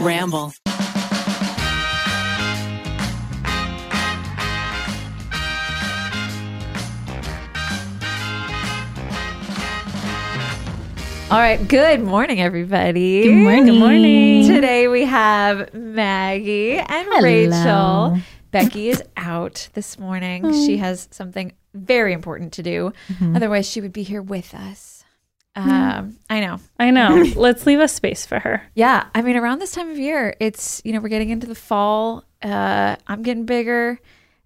Ramble. All right. Good morning, everybody. Good morning. Good morning. Today we have Maggie and Rachel. Becky is out this morning. Oh. She has something very important to do. Mm-hmm. Otherwise, she would be here with us. Um, I know. I know. Let's leave a space for her. Yeah, I mean, around this time of year, it's you know we're getting into the fall. Uh, I'm getting bigger.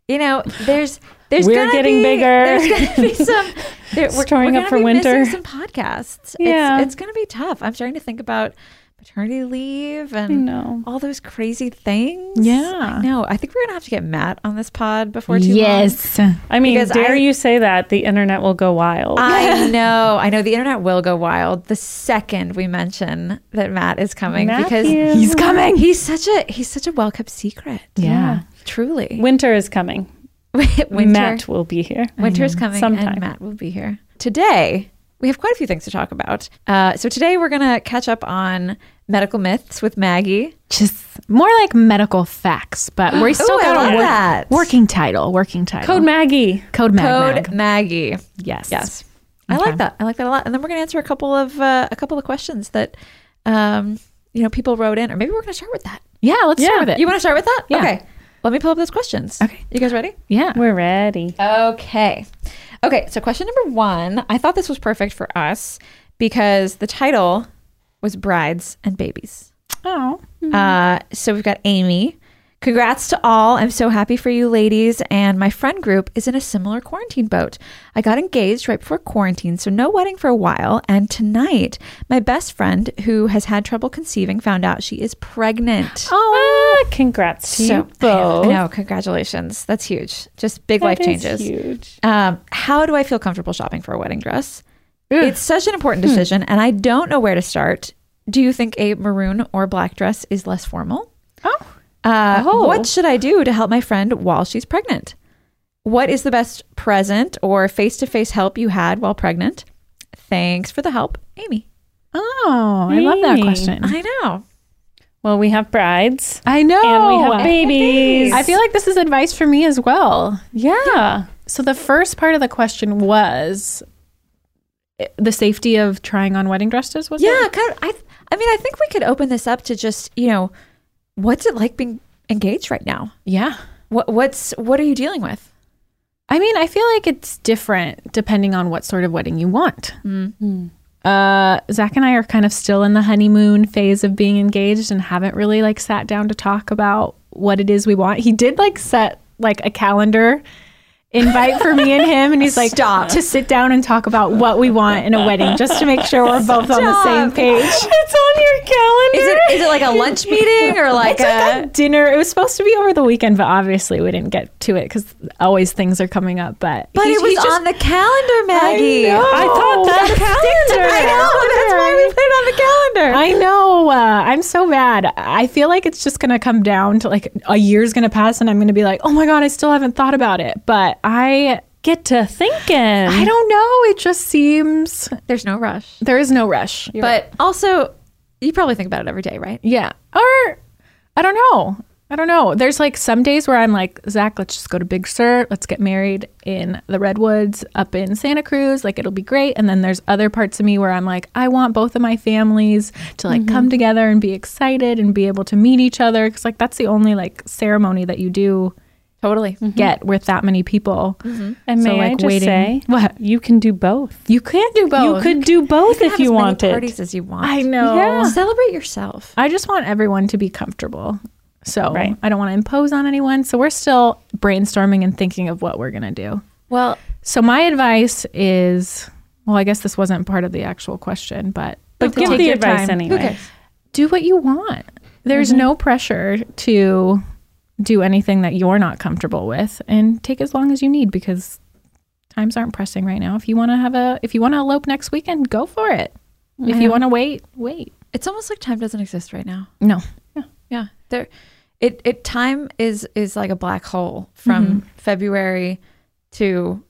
You know, there's there's We're gonna getting be- bigger. There's gonna be some there, we're, Storing we're up gonna for be missing winter. Some podcasts. Yeah. it's, it's gonna be tough. I'm starting to think about maternity leave I and know. all those crazy things. Yeah. I know. I think we're gonna have to get Matt on this pod before too long. Yes. I mean, Because dare I- you say that? The internet will go wild. I know. I know the internet will go wild the second we mention that Matt is coming because Matthew. He's coming. he's such a he's such a well kept secret. Yeah. Truly. winter is coming. Winter, Matt will be here. winter's coming and Sometime. Matt will be here. Today, we have quite a few things to talk about. Uh, so today we're going to catch up on medical myths with Maggie. Just more like medical facts, but we still Ooh, I got love a that. work, working title. Working title. Code Maggie. Code Mag. Code Mag. Maggie. Yes. Yes. I like that. I like that a lot. And then we're going to answer a couple of uh, a couple of questions that um, you know people wrote in or maybe we're going to start with that. Yeah. Let's Yeah. start with it. You want to start with that? Yeah. Okay. Let me pull up those questions. Okay. You guys ready? yeah. We're ready. Okay. Okay, so question number one. I thought this was perfect for us because the title was Brides and Babies. Oh. Uh, so we've got Amy. Congrats to all. I'm so happy for you, ladies. And my friend group is in a similar quarantine boat. I got engaged right before quarantine, so no wedding for a while. And tonight, my best friend who has had trouble conceiving found out she is pregnant. Oh, congrats to you both. I know, congratulations. That's huge. Just big life That is changes. Huge. Um, how do I feel comfortable shopping for a wedding dress? It's such an Hmm. important decision, and I don't know where to start. Do you think a maroon or black dress is less formal? Oh. Uh, Oh. What should I do to help my friend while she's pregnant? What is the best present or face to face help you had while pregnant? Thanks for the help, Amy. Oh. I love that Hey. question. I know. Well, we have brides I know. and we have babies. I feel like this is advice for me as well. yeah. So the first part of the question was eh, the safety of trying on wedding dresses. Was Yeah, it? kind of, I, I mean, I think we could open this up to just, you know, what's it like being engaged right now? Yeah. What, what's, what are you dealing with? I mean, I feel like it's different depending on what sort of wedding you want. Hmm. Uh, Zach and I are kind of still in the honeymoon phase of being engaged and haven't really like sat down to talk about what it is we want. He did like set like a calendar invite for me and him, and he's like, "Stop to sit down and talk about what we want in a wedding, just to make sure we're both on the same page." It's on your calendar. Is it is it like a lunch meeting or like uh, It's a like a dinner. It was supposed to be over the weekend, but obviously we didn't get to it because always things are coming up. But But he- it he was just- on the calendar, Maggie. I thought that calendar. I know, that's why we put it on the calendar. I know. Uh, I'm so bad. I feel like it's just going to come down to like a year's going to pass and I'm going to be like, oh my God, I still haven't thought about it. But I. Get to thinking. I don't know. It just seems There's no rush. there is no rush. but but also you probably think about it every day, right? yeah. Or I don't know. I don't know. There's like some days where I'm like, Zach, let's just go to Big Sur. Let's get married in the Redwoods up in Santa Cruz. Like, it'll be great. And then there's other parts of me where I'm like, I want both of my families to like come together and be excited and be able to meet each other. Cause like, that's the only like ceremony that you do Totally. get with that many people. And may I just say, what? Oh. you can do both. You can't do both. You could do both if you want wanted. parties as you want. I know. Yeah. Celebrate yourself. I just want everyone to be comfortable. So Right. I don't want to impose on anyone. So we're still brainstorming and thinking of what we're going to do. Well, So my advice is well, I guess this wasn't part of the actual question, but, But to give take the your advice time. anyway. Mm-hmm. cares? Do what you want. There's no pressure to do anything that you're not comfortable with and take as long as you need because times aren't pressing right now. If you want to have a if you want to elope next weekend, go for it. If you want to wait, wait. it's almost like time doesn't exist right now. No. Yeah. There it Mm-hmm. it time is is like a black hole from February to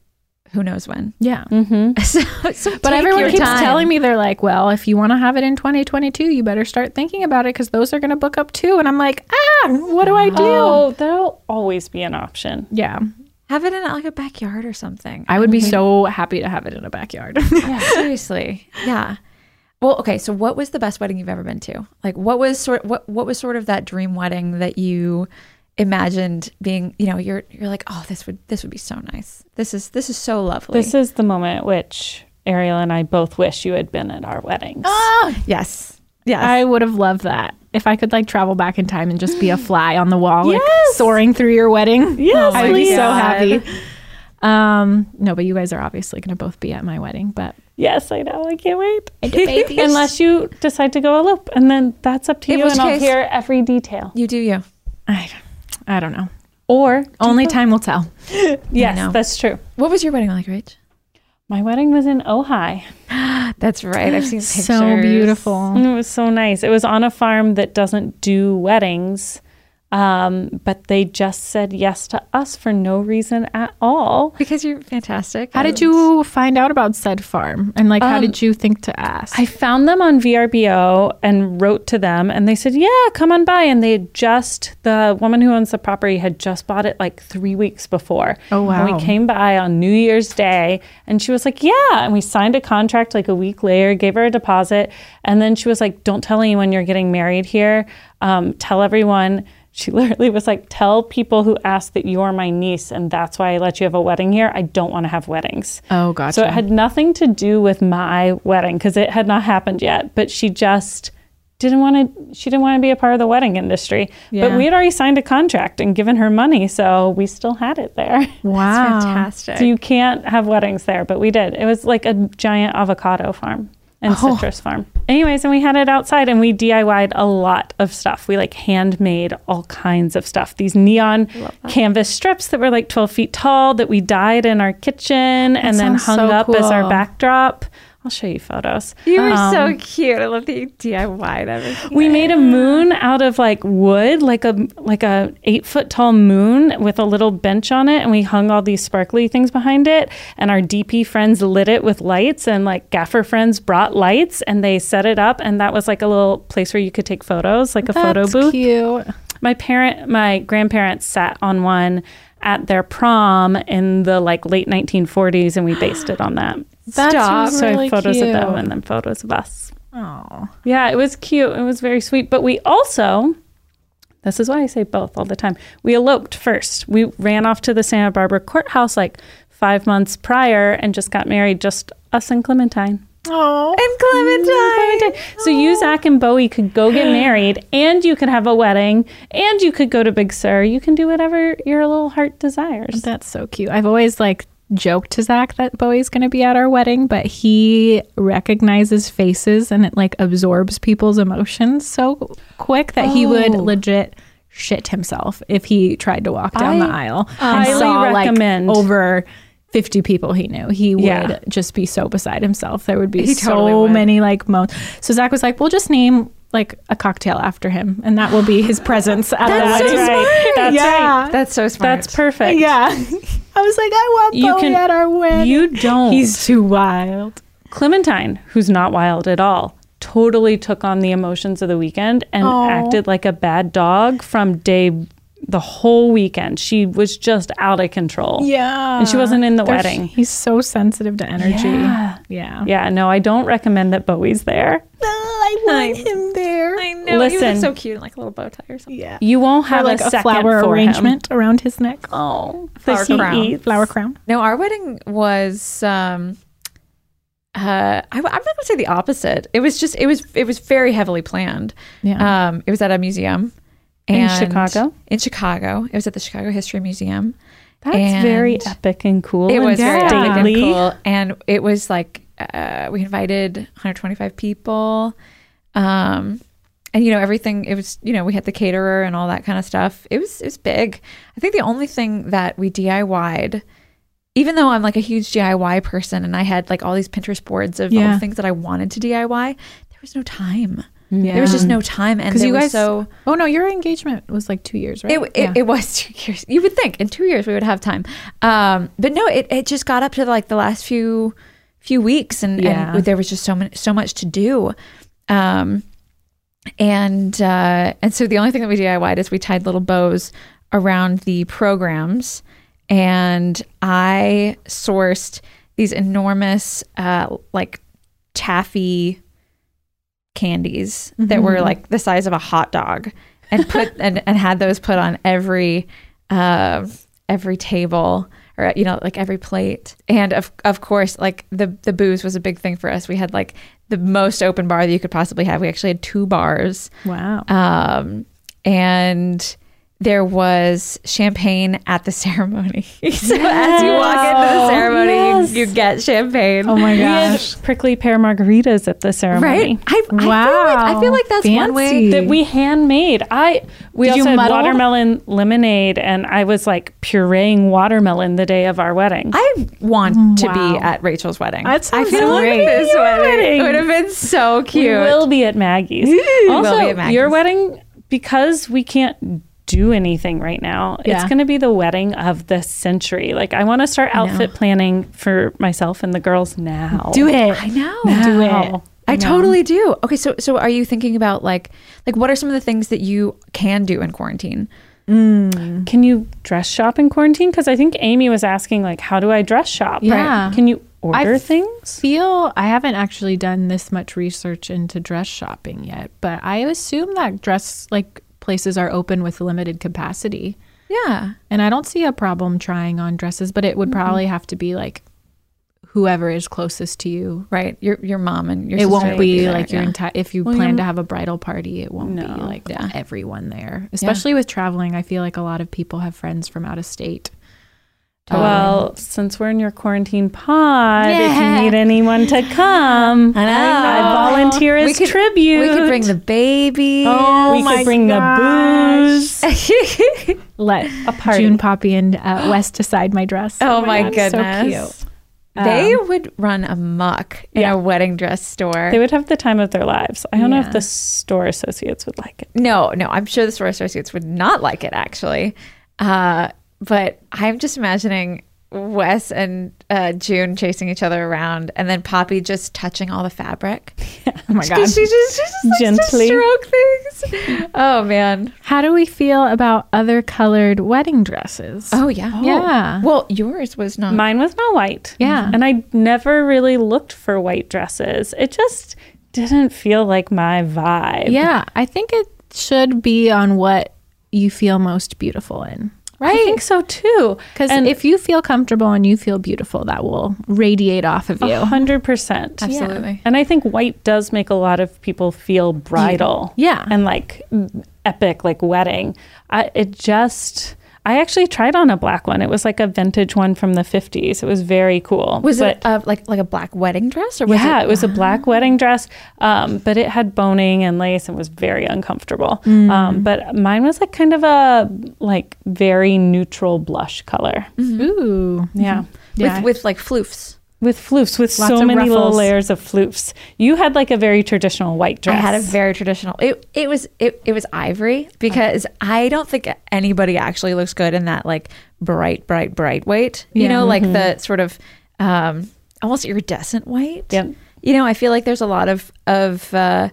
who knows when. Yeah. Mm-hmm. So, so But take everyone your keeps time. telling me they're like, well, if you want to have it in 2022, you better start thinking about it because those are going to book up too. And I'm like, ah, what do I do? Oh, that'll always be an option. Yeah. have it in like a backyard or something. I would be so happy to have it in a backyard. Mm-hmm. yeah, seriously. Yeah. Well, okay. So, what was the best wedding you've ever been to? Like, what was sort what what was sort of that dream wedding that you imagined being? You know, you're you're like, oh, this would this would be so nice. This is this is so lovely. This is the moment which Ariel and I both wish you had been at our weddings. Ah! yes, yes. I would have loved that. If I could like travel back in time and just be a fly on the wall, like Yes. soaring through your wedding. Yes, I'd be so please. happy. Um, no, but you guys are obviously going to both be at my wedding, but Yes, I know. I can't wait. do babies. Unless you decide to go elope, and then that's up to In you, which and I'll case- hear every detail. you do you. I, I don't know. Or Only time will tell. know. yes, that's true. What was your wedding like, Rach? My wedding was in Ojai, That's right. I've seen pictures. So beautiful. and it was so nice. It was on a farm that doesn't do weddings, um, but they just said yes to us for no reason at all. because you're fantastic. How did you find out about said farm? And like, how did you think to ask? I found them on VRBO and wrote to them, and they said, "Yeah, come on by." And they had just the woman who owns the property had just bought it like three weeks before. Oh, And wow. we came by on New Year's Day, and she was like, "Yeah," and we signed a contract like a week later, gave her a deposit, and then she was like, "Don't tell anyone you're getting married here. Um, tell everyone." She literally was like, "Tell people who ask that you're my niece, and that's why I let you have a wedding here. I don't want to have weddings." oh, gotcha. So it had nothing to do with my wedding because it had not happened yet. But she just didn't want to. She didn't want to be a part of the wedding industry. Yeah. But we had already signed a contract and given her money, so we still had it there. wow. Fantastic. so you can't have weddings there, but we did. It was like a giant avocado farm and citrus farm. Anyways, and we had it outside and we DIY'd a lot of stuff. We like handmade all kinds of stuff. These neon canvas strips that were like 12 feet tall that we dyed in our kitchen and then sounds hung so up as cool. our backdrop. I'll show you photos. Um, You were so cute. I love that you DIY'd everything. We made a moon out of like wood, like a like a eight foot tall moon with a little bench on it, and we hung all these sparkly things behind it. And our DP friends lit it with lights, and like gaffer friends brought lights, and they set it up, and that was like a little place where you could take photos, like a photo That's booth. Cute. My parent, my grandparents sat on one at their prom in the like late 1940s, and we based it on that. That's Stop. really so I have photos cute. of them and then photos of us. Oh. Yeah, it was cute. It was very sweet. But we also, this is why I say both all the time, we eloped first. We ran off to the Santa Barbara courthouse like five months prior and just got married, just us and Clementine. Oh. and Clementine. Clementine. So you, Zach, and Bowie could go get married, and you could have a wedding, and you could go to Big Sur. You can do whatever your little heart desires. That's so cute. I've always like joked to Zach that Bowie's going to be at our wedding, but he recognizes faces and it like absorbs people's emotions so quick that he would legit shit himself if he tried to walk down the aisle and highly saw recommend- like over 50 people he knew. He would Yeah. just be so beside himself. There would be He so totally would. many like moments. So Zach was like, "We'll just name like a cocktail after him, and that will be his presence at the That's wedding." right. That's Yeah. right. That's so smart. That's perfect. Yeah. I was like, I want You Bowie can- at our wedding. You don't. He's too wild. Clementine, who's not wild at all, totally took on the emotions of the weekend and acted like a bad dog from day the whole weekend. She was just out of control. Yeah. And she wasn't in the wedding. He's so sensitive to energy. Yeah. Yeah. Yeah, no, I don't recommend that Bowie's there. I want him there. I know. Listen. You look Listen. so cute in like a little bow tie or something. Yeah. You won't Or have like a, a, second flower for arrangement around his neck. Him. Oh, Flower crown. Flower crown. No, our wedding was. um uh, I, am not gonna say the opposite. It was just it was it was very heavily planned. Yeah. Um, it was at a museum In and- Chicago? In Chicago, it was at the Chicago History Museum. That's And very epic and cool. Oh, It and was very stately. epic and cool, and it was like uh, we invited 125 people, um, and you know everything. It was you know we had the caterer and all that kind of stuff. It was it was big. I think the only thing that we DIY'd, even though I'm like a huge DIY person, and I had like all these Pinterest boards of all Yeah. the things that I wanted to DIY, there was no time. There was just no time, and Because they you were guys, so oh no, your engagement was like two years, right? It, it, it was two years. You would think in two years we would have time, um, but no. It, it just got up to like the last few few weeks, and, Yeah. and there was just so much so much to do, um, and uh, and so the only thing that we DIY'd is we tied little bows around the programs, and I sourced these enormous uh, like taffy candies that were like the size of a hot dog and put and, and had those put on every uh, every table or you know like every plate and of of course like the the booze was a big thing for us we had like the most open bar that you could possibly have we actually had two bars wow. um, and there was champagne at the ceremony so as you walk into the Wow. ceremony Yes. you, you get champagne Oh my We had gosh. prickly pear margaritas at the ceremony. right I, I feel like, I Wow. feel like that's one way Fancy. That we handmade. I we Did you also had muddle? watermelon lemonade, and I was like pureeing watermelon the day of our wedding. I want to Wow. be at Rachel's wedding. I That sounds feel like great. this Your wedding. wedding. It would have been so cute. We will be at Maggie's. also, We'll be at Maggie's. your wedding because we can't do anything right now. It's Yeah. going to be the wedding of the century. Like I want to start outfit planning for myself and the girls now. Do it. I know. Do Wow. it. I totally do. Okay, so so are you thinking about like like what are some of the things that you can do in quarantine? Can you dress shop in quarantine? Because I think Amy was asking like, how do I dress shop? Yeah. Can you order I've- things? Feel I haven't actually done this much research into dress shopping yet, but I assume that dress like places are open with limited capacity. Yeah. And I don't see a problem trying on dresses, but it would probably have to be like whoever is closest to you. Right. Your your mom and your it sister won't would be there, like your yeah. entire. If you Well, plan you're- to have a bridal party, it won't be No. like Yeah. everyone there. Especially with traveling, I feel like a lot of people have friends from out of state. Oh. Well, since we're in your quarantine pod, Yeah. if you need anyone to come, I know. I volunteer as we could, tribute. We could bring the baby. we Oh my could bring gosh. the booze. Let a party. June Poppy and uh, Wes decide my dress. Oh, my God, goodness. So cute. Um, they would run amok in yeah. a wedding dress store. They would have the time of their lives. I don't know Yeah. if the store associates would like it. No, no, I'm sure the store associates would not like it actually. Uh, but I'm just imagining Wes and uh, June chasing each other around, and then Poppy just touching all the fabric. Oh my She God. just, she just likes to Gently. stroke things. Oh man. How do we feel about other colored wedding dresses? Oh yeah. Yeah. Well, yours was not. Mine was not white. Mm. Yeah. And I never really looked for white dresses. It just didn't feel like my vibe. Yeah, I think it should be on what you feel most beautiful in. I think so too. Because And- if you feel comfortable and you feel beautiful, that will radiate off of you. 100%. Absolutely. And I think white does make a lot of people feel bridal. Yeah. And like epic, like wedding. I, it just, I actually tried on a black one. It was like a vintage one from the 50s. It was very cool. Was But- it uh, like like a black wedding dress or was it? yeah, Ah. it was a black wedding dress, um, but it had boning and lace and was very uncomfortable. Mm. Um, but mine was like kind of a like very neutral blush color. Mm-hmm. Ooh. Yeah, Yeah. with with like floofs. with floofs, with Lots so of many little ruffles. layers of floofs. You had like a very traditional white dress. I had a very traditional. It it was it, it was ivory because I don't think anybody actually looks good in that like bright bright bright white. You Yeah. know, like the sort of um almost iridescent white. Yep. You know, I feel like there's a lot of of uh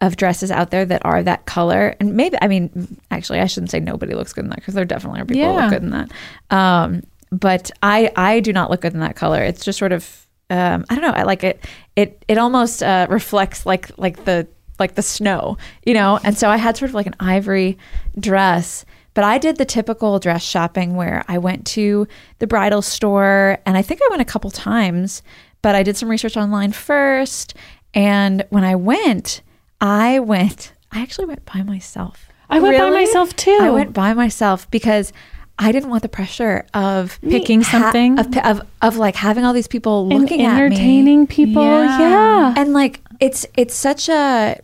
of dresses out there that are that color and maybe I mean actually I shouldn't say nobody looks good in that because there definitely are people who Yeah. look good in that. Um but I I do not look good in that color. It's just sort of um, I don't know. I like it. It it almost uh, reflects like like the like the snow, you know. And so I had sort of like an ivory dress, but I did the typical dress shopping where I went to the bridal store, and I think I went a couple times. But I did some research online first, and when I went, I went. I actually went by myself. I went by Really? myself too. I went by myself because I didn't want the pressure of Picking something? of, of of like having all these people and looking at me, entertaining people. Yeah. Yeah. and like it's it's such a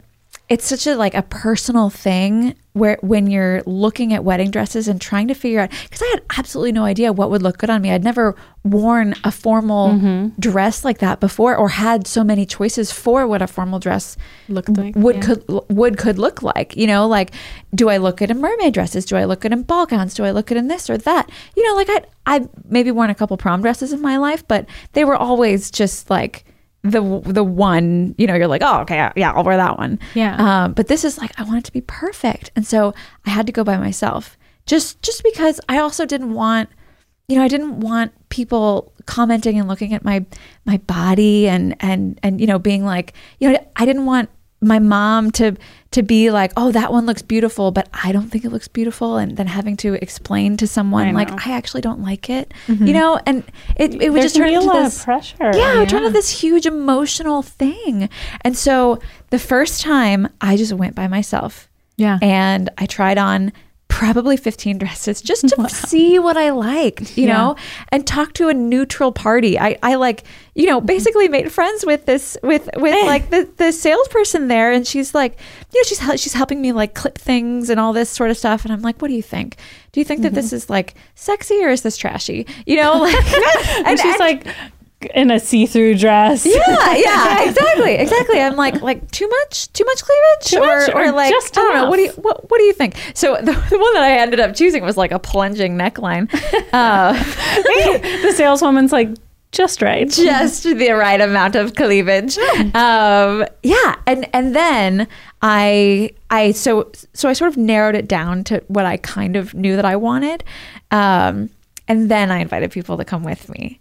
it's such a like a personal thing where when you're looking at wedding dresses and trying to figure out because I had absolutely no idea what would look good on me. I'd never worn a formal dress like that before or had so many choices for what a formal dress Looked like, would yeah. could would could look like. You know, like do I look good in mermaid dresses? Do I look good in ball gowns? Do I look good in this or that? You know, like I I maybe worn a couple prom dresses in my life, but they were always just like the the one. You know, you're like, oh okay, I- yeah, I'll wear that one. Yeah. Um, but this is like I want it to be perfect, and so I had to go by myself just just because I also didn't want you know, I didn't want people commenting and looking at my my body and and and you know being like, you know, I didn't want my mom to to be like, "Oh, that one looks beautiful, but I don't think it looks beautiful," and then having to explain to someone like, "I actually don't like it," you know, and it it would Mm-hmm. There just can turn be a into lot this of pressure. yeah, it turned into this huge emotional thing. And so the first time I just went by myself. Yeah. Uh-huh. And I tried on probably 15 dresses just to see what I liked, you know, and talk to a neutral party. I, I like, you know, basically made friends with this, with, with like the, the salesperson there. And she's like, you know, she's, hel- she's helping me like clip things and all this sort of stuff. And I'm like, what do you think? Do you think that this is like sexy or is this trashy? You know, like, and, And she's and- like in a see-through dress. yeah, yeah, exactly, exactly. I'm like, like too much, too much cleavage, Too or, much or, or like just I don't know. enough? What do you what, what do you think? So the, the one that I ended up choosing was like a plunging neckline, uh, the saleswoman's like just right. just the right amount of cleavage. Um, yeah, and and then I I so so I sort of narrowed it down to what I kind of knew that I wanted, um, and then I invited people to come with me.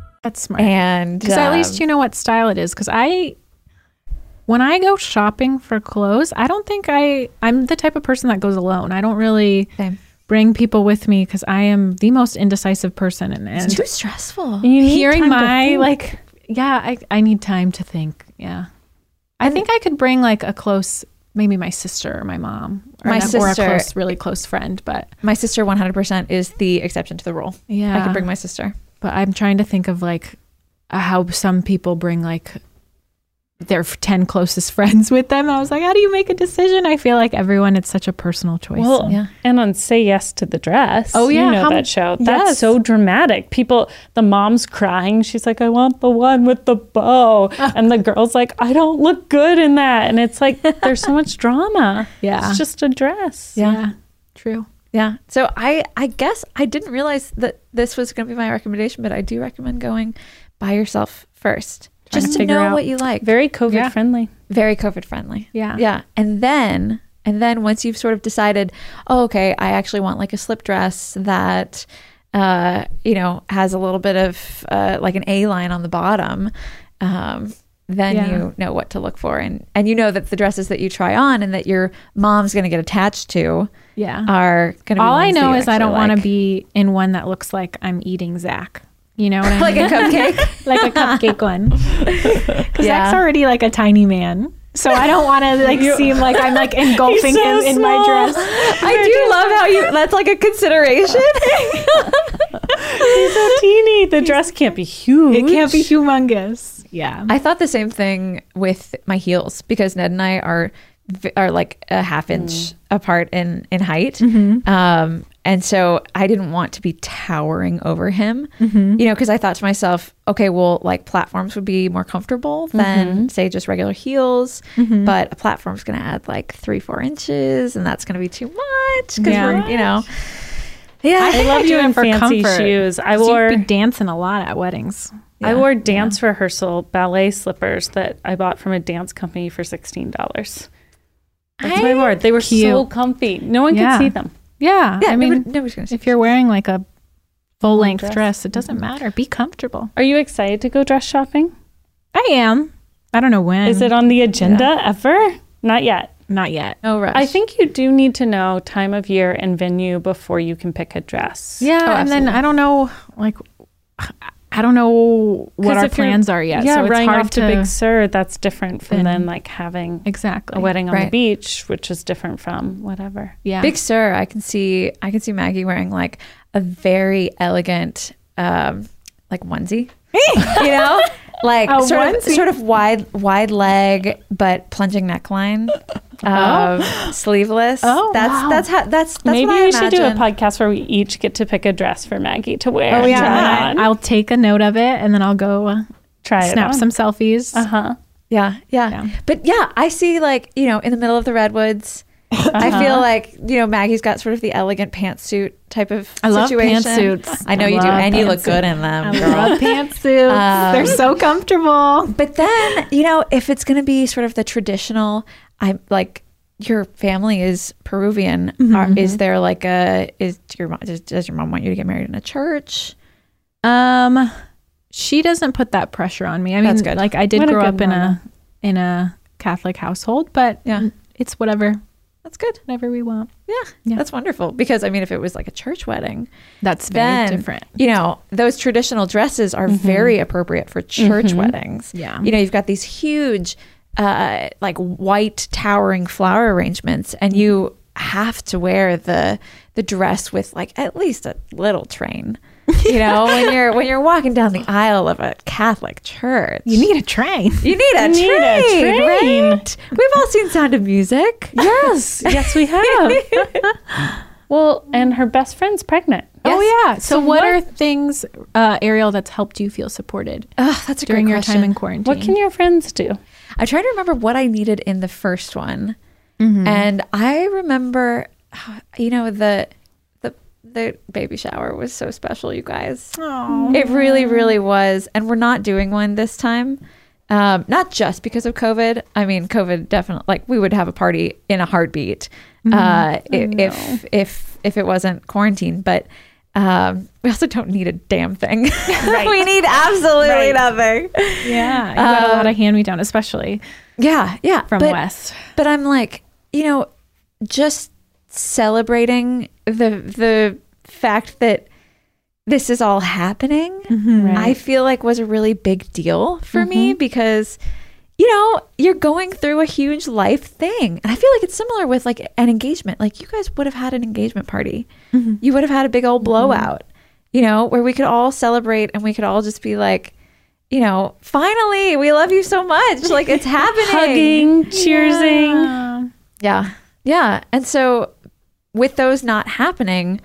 That's smart. And Because at um, least you know what style it is. Because I, when I go shopping for clothes, I don't think I, I'm the type of person that goes alone. I don't really Same. bring people with me because I am the most indecisive person. And, and it's too stressful. You need hearing time to my, think. like, yeah, I, I need time to think. Yeah. I think I could bring like a close, maybe my sister or my mom or, My an- or a sister- close, really close friend. But, My sister 100% is the exception to the rule. Yeah. I could bring my sister. but I'm trying to think of like uh, how some people bring like their f- 10 closest friends with them. I was like, how do you make a decision? I feel like everyone, it's such a personal choice. Well, Yeah. and on Say Yes to the Dress. Oh, yeah, You know how- that show. That's yes. so dramatic. People, the mom's crying. She's like, I want the one with the bow. Oh. And the girl's like, I don't look good in that. And it's like, there's so much drama. Yeah. It's just a dress. yeah. true. Yeah. So I I guess I didn't realize that this was going to be my recommendation, but I do recommend going by yourself first. Trying just to to, figure know out- what you like. Very COVID friendly. very COVID friendly. Yeah. Yeah. And then and then once you've sort of decided, oh, okay, I actually want like a slip dress that uh, you know, has a little bit of uh, like an A line on the bottom, um, then Yeah. you know what to look for and and you know that the dresses that you try on and that your mom's gonna get attached to Yeah. are gonna be All I ones that know you is I don't actually want to like. be in one that looks like I'm eating Zach. You know what I like mean? a cupcake. like a cupcake one. Because Yeah. Zach's already like a tiny man. So I don't want to like seem like I'm like engulfing so him in my small. dress. I do love how you that's like a consideration. She's so teeny. The dress can't be huge. It can't be humongous. Yeah. I thought the same thing with my heels because Ned and I are v- are like a half Mm. inch apart in in height. Mm-hmm. Um, and so I didn't want to be towering over him, Mm-hmm. you know, because I thought to myself, okay, well, like platforms would be more comfortable than Mm-hmm. say just regular heels, but a platform's going to add like three, four inches, and that's going to be too much because Yeah. we're, you know, yeah. I love do you it in for fancy comfort. shoes. I So wore you'd be dancing a lot at weddings. I wore dance rehearsal ballet slippers that I bought from a dance company for sixteen dollars. That's my word. They were so Cute. comfy. No one Yeah. could see them. Yeah. yeah, I mean, nobody's going to if you're wearing like a full length dress. Mm-hmm. dress. it doesn't matter. Be comfortable. Are you excited to go dress shopping? I am. I don't know when. Is it on the agenda ever? Not yet. Not yet. No rush. I think you do need to know time of year and venue before you can pick a dress. Yeah, and then I don't know, like, I don't know what 'Cause our if you're- plans are yet. Yeah, so it's running hard off to, Big Sur, that's different from then like having exactly a wedding on the Right. beach, which is different from whatever. Yeah, Big Sur, I can see I can see Maggie wearing like a very elegant um like onesie. you know? Like sort of sort of wide wide leg but plunging neckline. Oh. Um, sleeveless. Oh, that's that's how that's that's Maybe what I we should do a imagine. podcast where we each get to pick a dress for Maggie to wear. Oh and yeah, try and on. I, will take a note of it and then I'll go uh, try it on. snap some selfies. Uh-huh. Yeah, yeah, But yeah, I see like, you know, in the middle of the redwoods. I Uh-huh. feel like, you know, Maggie's got sort of the elegant pantsuit type of I love situation. pantsuits. I know I you do. love And you look good in them. girl. Love pantsuits. They're so comfortable. But then, you know, if it's going to be sort of the traditional, I'm like, your family is Peruvian. Are, is there like a is do your mom does, does your mom want you to get married in a church? Um, she doesn't put that pressure on me. I mean, That's good. like I did What a grow good up in mama. a in a Catholic household, but Yeah. it's whatever That's good. whatever we want. Yeah, that's wonderful. Because I mean, if it was like a church wedding, That's very then different. you know those traditional dresses are very appropriate for church weddings. Yeah. you know you've got these huge, uh, like white towering flower arrangements, and you have to wear the the dress with like at least a little train. You know when you're when you're walking down the aisle of a Catholic church, You need a train. you need a, need a train, train. right? We've all seen Sound of Music. Yes, yes, we have. well, and her best friend's pregnant. Oh yeah. So, what, are things, uh, Ariel, that's helped you feel supported Ugh, that's a during great your question. time in quarantine? What can your friends do? I'm trying to remember what I needed in the first one, and I remember, you know, the the the baby shower was so special, you guys. It really, really was, and we're not doing one this time. Um, not just because of COVID. I mean, COVID definitely. Like, we would have a party in a heartbeat uh, i- if if if it wasn't quarantine. But um, we also don't need a damn thing. we need absolutely Right. nothing. yeah, Uh, you got a lot of hand me down, especially Yeah, yeah. from but- West. but I'm like, you know, just celebrating the the fact that this is all happening, Mm-hmm. I feel like was a really big deal for me because you know, you're going through a huge life thing. And I feel like it's similar with like an engagement. Like you guys would have had an engagement party. You would have had a big old blowout, you know, where we could all celebrate and we could all just be like, you know, finally, we love you so much. Like it's happening. Hugging, cheersing. Yeah. Yeah. And so with those not happening,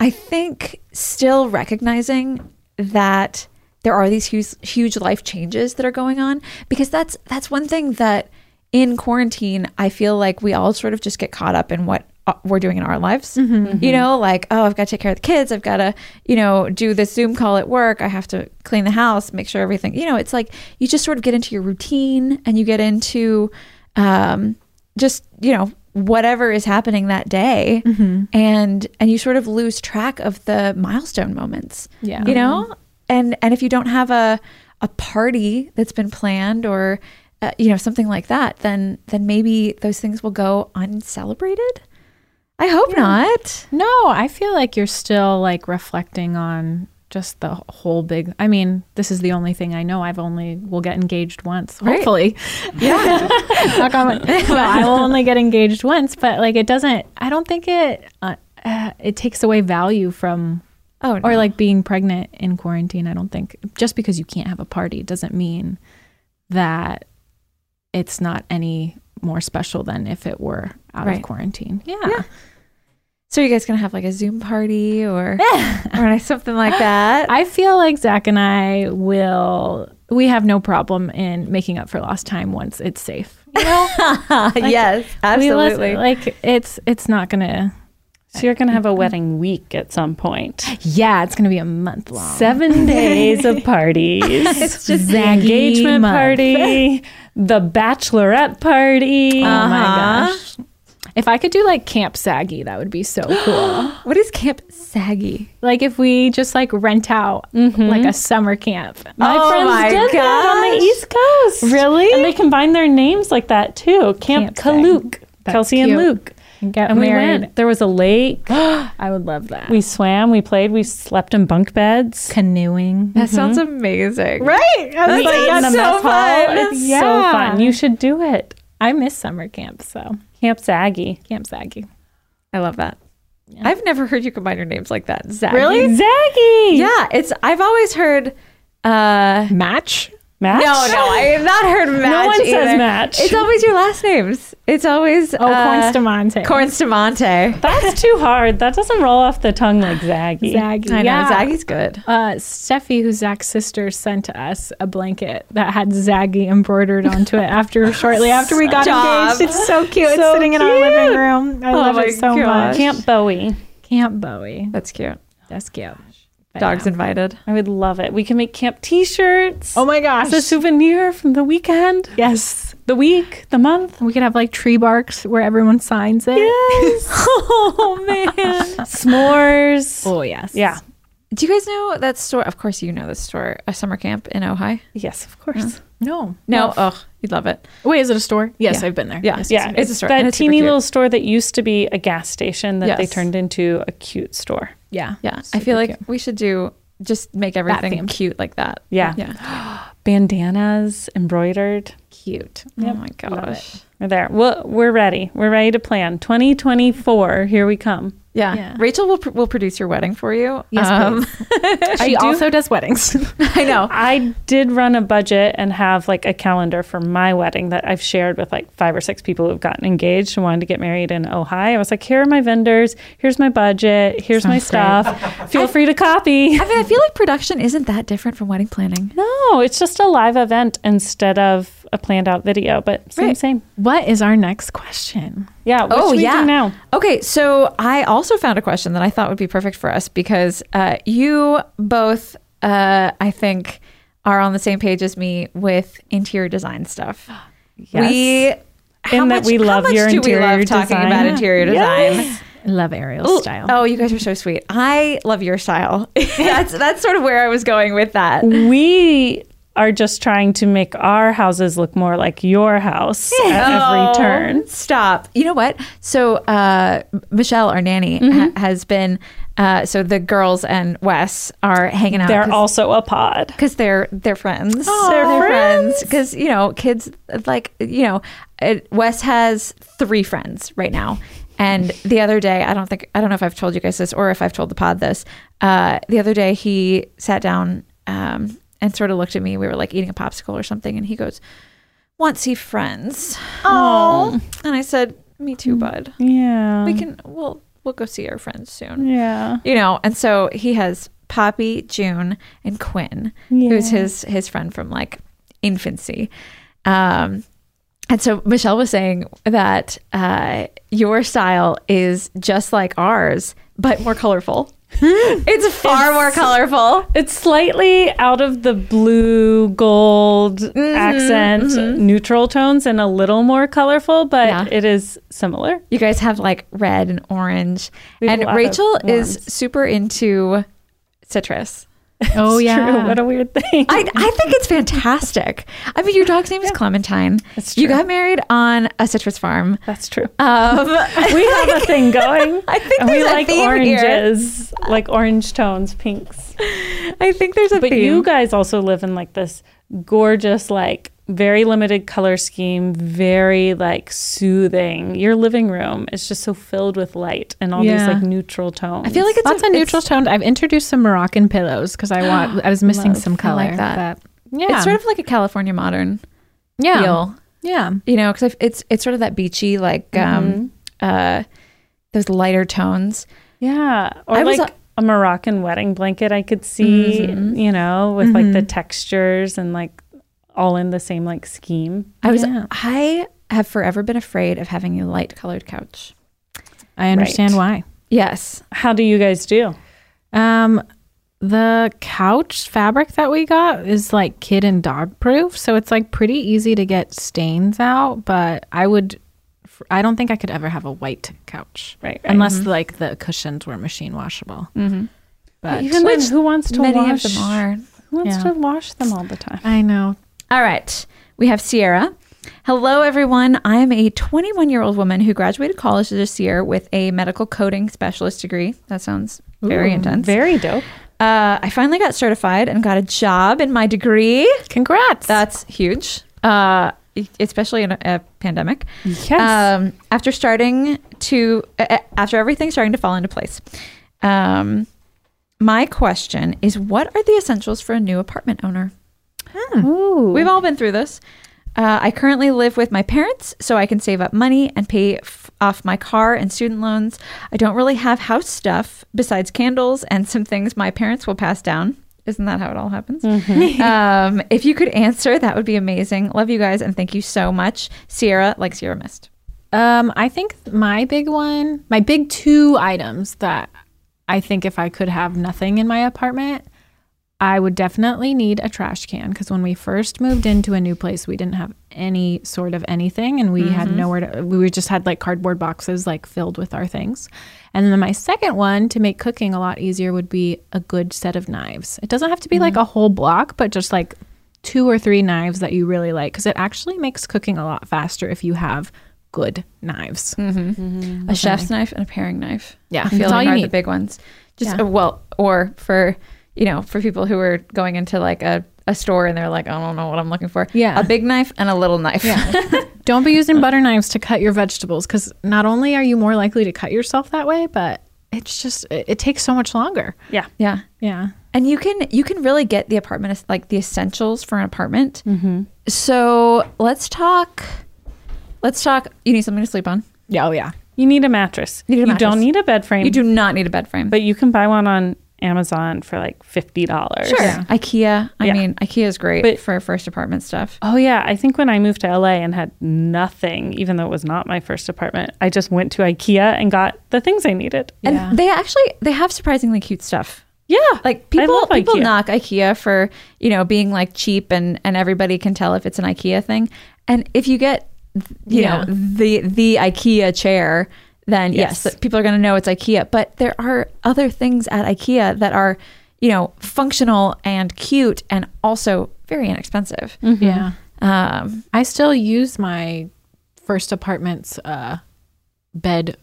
I think still recognizing that there are these huge huge life changes that are going on because that's that's one thing that in quarantine I feel like we all sort of just get caught up in what uh, we're doing in our lives. You know, like oh, I've got to take care of the kids, I've got to, you know, do this Zoom call at work, I have to clean the house, make sure everything. You know, it's like you just sort of get into your routine and you get into um just you know whatever is happening that day Mm-hmm. and and you sort of lose track of the milestone moments Yeah. Uh-huh. you know and and if you don't have a a party that's been planned or uh, you know something like that then then maybe those things will go uncelebrated i hope not No, I feel like you're still like reflecting on just the whole big. I mean, this is the only thing I know. I've only will get engaged once, hopefully. Yeah, Knock on wood. Well, I will only get engaged once, but like it doesn't. I don't think it. Uh, uh, it takes away value from oh no. or like being pregnant in quarantine. I don't think just because you can't have a party doesn't mean that it's not any more special than if it were out Right. of quarantine. Yeah. so are you guys gonna have like a zoom party or or something like that I feel like Zach and I will, we have no problem in making up for lost time once it's safe. You know? yes We listen- absolutely like it's, it's not going to, So you're going to have a wedding week at some point. yeah, it's going to be a month long. Seven days of parties. it's just the engagement month. party, the bachelorette party. Oh my gosh. If I could do like Camp Saggy, that would be so cool. what is camp saggy like if we just like rent out like a summer camp. My Oh friends my did that on the gosh. East Coast. Really? And they combined their names like that too. Camp, Camp Sag. Kaluk. Kelsey and cute. Luke. And get and we married. went. There was a lake. I would love that. we swam, we played, we slept in bunk beds. canoeing. That sounds amazing. Right. I was We like, ate in that's a so mess hall. fun. It's Yeah. so fun. You should do it. I miss summer camp, so Camp Zaggy. Camp Zaggy. I love that. I've never heard you combine your names like that. Zach. Zaggy. Yeah, it's I've always heard uh Match? Match? No, no, I have not heard match. one says either. match. It's always your last names. It's always Oh, uh, Cornstamante. Cornstamante. That's too hard. That doesn't roll off the tongue like Zaggy. Zaggy. I know yeah. Zaggy's good. Uh, Steffi, who's Zach's sister, sent us a blanket that had Zaggy embroidered onto it after shortly after we got Stop. engaged. It's so cute. it's So sitting in our cute. living room. I love Oh my it so gosh. much. Camp Bowie. Camp Bowie. That's cute. That's cute. But Dogs yeah. invited. Oh I would love it. We can make camp t-shirts. Oh my gosh. As a souvenir from the weekend, yes. the week, the month. We could have like tree barks where everyone signs it. oh man. S'mores. Oh yes. Yeah. Do you guys know that store? Of course, you know this store, a summer camp in Ojai. Yes, of course. No. No, oh, you'd love it. Wait, is it a store? Yes, Yeah. I've been there. Yeah. Yes, Yeah, yes, It's it's, a store, and that it's super teeny cute. little store that used to be a gas station that they Yes. turned into a cute store. Yeah. Yeah, I feel like we should do just make everything themed. cute like that. Yeah. yeah, Bandanas embroidered. cute. oh my gosh. We're there. We'll, we're ready. We're ready to plan. 2024, here we come. Yeah. Yeah. Rachel will pr- will produce your wedding for you. Um, Yes, do- She also does weddings. I know. I did run a budget and have like a calendar for my wedding that I've shared with like five or six people who've gotten engaged and wanted to get married in Ohio. I was like, here are my vendors, here's my budget, here's my stuff. Feel free to copy. I mean, I feel like production isn't that different from wedding planning. No, it's just a live event instead of a planned out video, but same, Right. Oh, same. what is our next question? Yeah. What should we do now? Okay, so I also found a question that I thought would be perfect for us because uh, you both, uh, I think, are on the same page as me with interior design stuff. Yes. We, how And that much, we how love much your do we love interior talking design. about Yeah. interior design? I love Ariel's Ooh, style. Oh, you guys are so sweet. I love your style. that's that's sort of where I was going with that. we are just trying to make our houses look more like your house at every turn. Stop. You know what? So uh, M- Michelle, our nanny, Mm-hmm. ha- has been. Uh, so the girls and Wes are hanging out. They're 'cause- also a pod. because they're they're friends. they're, friends because you know kids like you know it, Wes has three friends right now. And the other day, I don't think I don't know if I've told you guys this or if I've told the pod this. Uh, the other day, he sat down um, and sort of looked at me. We were like eating a popsicle or something, and he goes, "Want to see friends?" Oh, and I said, "Me too, bud. Yeah. We can we'll we'll go see our friends soon." yeah. you know and so he has poppy june and quinn who's his his friend from like infancy um and so michelle was saying that uh your style is just like ours but more colorful it's far more colorful It's slightly out of the blue gold Mm-hmm, accent, neutral tones, and a little more colorful, but Yeah. it is similar. you guys have like red and orange We have and a lot of rachel is warms. super into citrus oh It's yeah. True. What a weird thing. Ah. I, I think it's fantastic. I mean, your dog's name is Clementine. That's You true. got married on a citrus farm. That's true. Um, we have a thing going. I think and we there's a like theme here. oranges, like orange tones, pinks. I think there's a But theme. you guys also live in like this gorgeous, like very limited color scheme, very like soothing. Your living room is just so filled with light and all Yeah. these like neutral tones. I feel like it's Lots a, of neutral It's, tones. I've introduced some Moroccan pillows because I want. I was missing some color. like that. but- yeah. it's sort of like a California modern yeah. feel, Yeah. you know, because it's it's sort of that beachy, like um, uh, those lighter tones. Yeah. Or I was Mm-hmm. like a, Moroccan wedding blanket I could see, you know, with like the textures and like all in the same like scheme. I was Yeah. I have forever been afraid of having a light colored couch. I understand Yes, How do you guys do? why. Um, the couch fabric that we got is like kid and dog proof, so it's like pretty easy to get stains out. But I would. I don't think I could ever have a white couch, Right, right. Unless like the cushions were machine washable. Mm-hmm. But Even then, who wants to many wash of them are. Uh, Who wants Yeah. to wash them all the time? I know All right, we have Sierra. Hello, everyone. I'm a 21 year old woman who graduated college this year with a medical coding specialist degree. That sounds very intense. Very dope. uh, I finally got certified and got a job in my degree. Congrats. That's huge, uh, especially in a, a pandemic. Yes. Um, after starting to, uh, after everything starting to fall into place. Um, my question is what are the essentials for a new apartment owner? Ooh. We've all been through this. Uh, I currently live with my parents, so I can save up money and pay f- off my car and student loans. I don't really have house stuff besides candles and some things my parents will pass down. Isn't that how it all happens? um, if you could answer, that would be amazing. Love you guys and thank you so much. Sierra, like Sierra Mist. uh, Um, I think my big one, my big two items that I think if I could have nothing in my apartment, I would definitely need a trash can because when we first moved into a new place, we didn't have any sort of anything and we had nowhere to, we were- just had like cardboard boxes like filled with our things. And then my second one to make cooking a lot easier would be a good set of knives. It doesn't have to be like a whole block, but just like two or three knives that you really like because it actually makes cooking a lot faster if you have good knives. A chef's knife and a paring knife. Yeah, I feel that's all like you are the need. big ones. Just uh, well, or for you know, for people who are going into like a, a store and they're like, I don't know what I'm looking for. Yeah. a big knife and a little knife. Yeah, Don't be using butter knives to cut your vegetables because not only are you more likely to cut yourself that way, but it's just it, it takes so much longer. yeah. yeah. Yeah. And you can you can really get the apartment es- like the essentials for an apartment. So let's talk. Let's talk. You need something to sleep on. Yeah. Oh yeah. You need a mattress. You need a mattress. don't need a bed frame. You do not need a bed frame. but you can buy one on Amazon for like fifty dollars. sure, IKEA. I Yeah. mean, IKEA is great But- for first apartment stuff. Oh yeah, I think when I moved to LA and had nothing, even though it was not my first apartment, I just went to IKEA and got the things I needed. And Yeah. they actually they have surprisingly cute stuff. Yeah, like I people love people IKEA. knock IKEA for you know being like cheap and and everybody can tell if it's an IKEA thing. And if you get you know Yeah. the the IKEA chair, then yes, Yes. people are going to know it's IKEA. But there are other things at IKEA that are you know functional and cute and also very inexpensive. Mm. Yeah. Um, Mm-hmm. I still use my first apartment's uh bed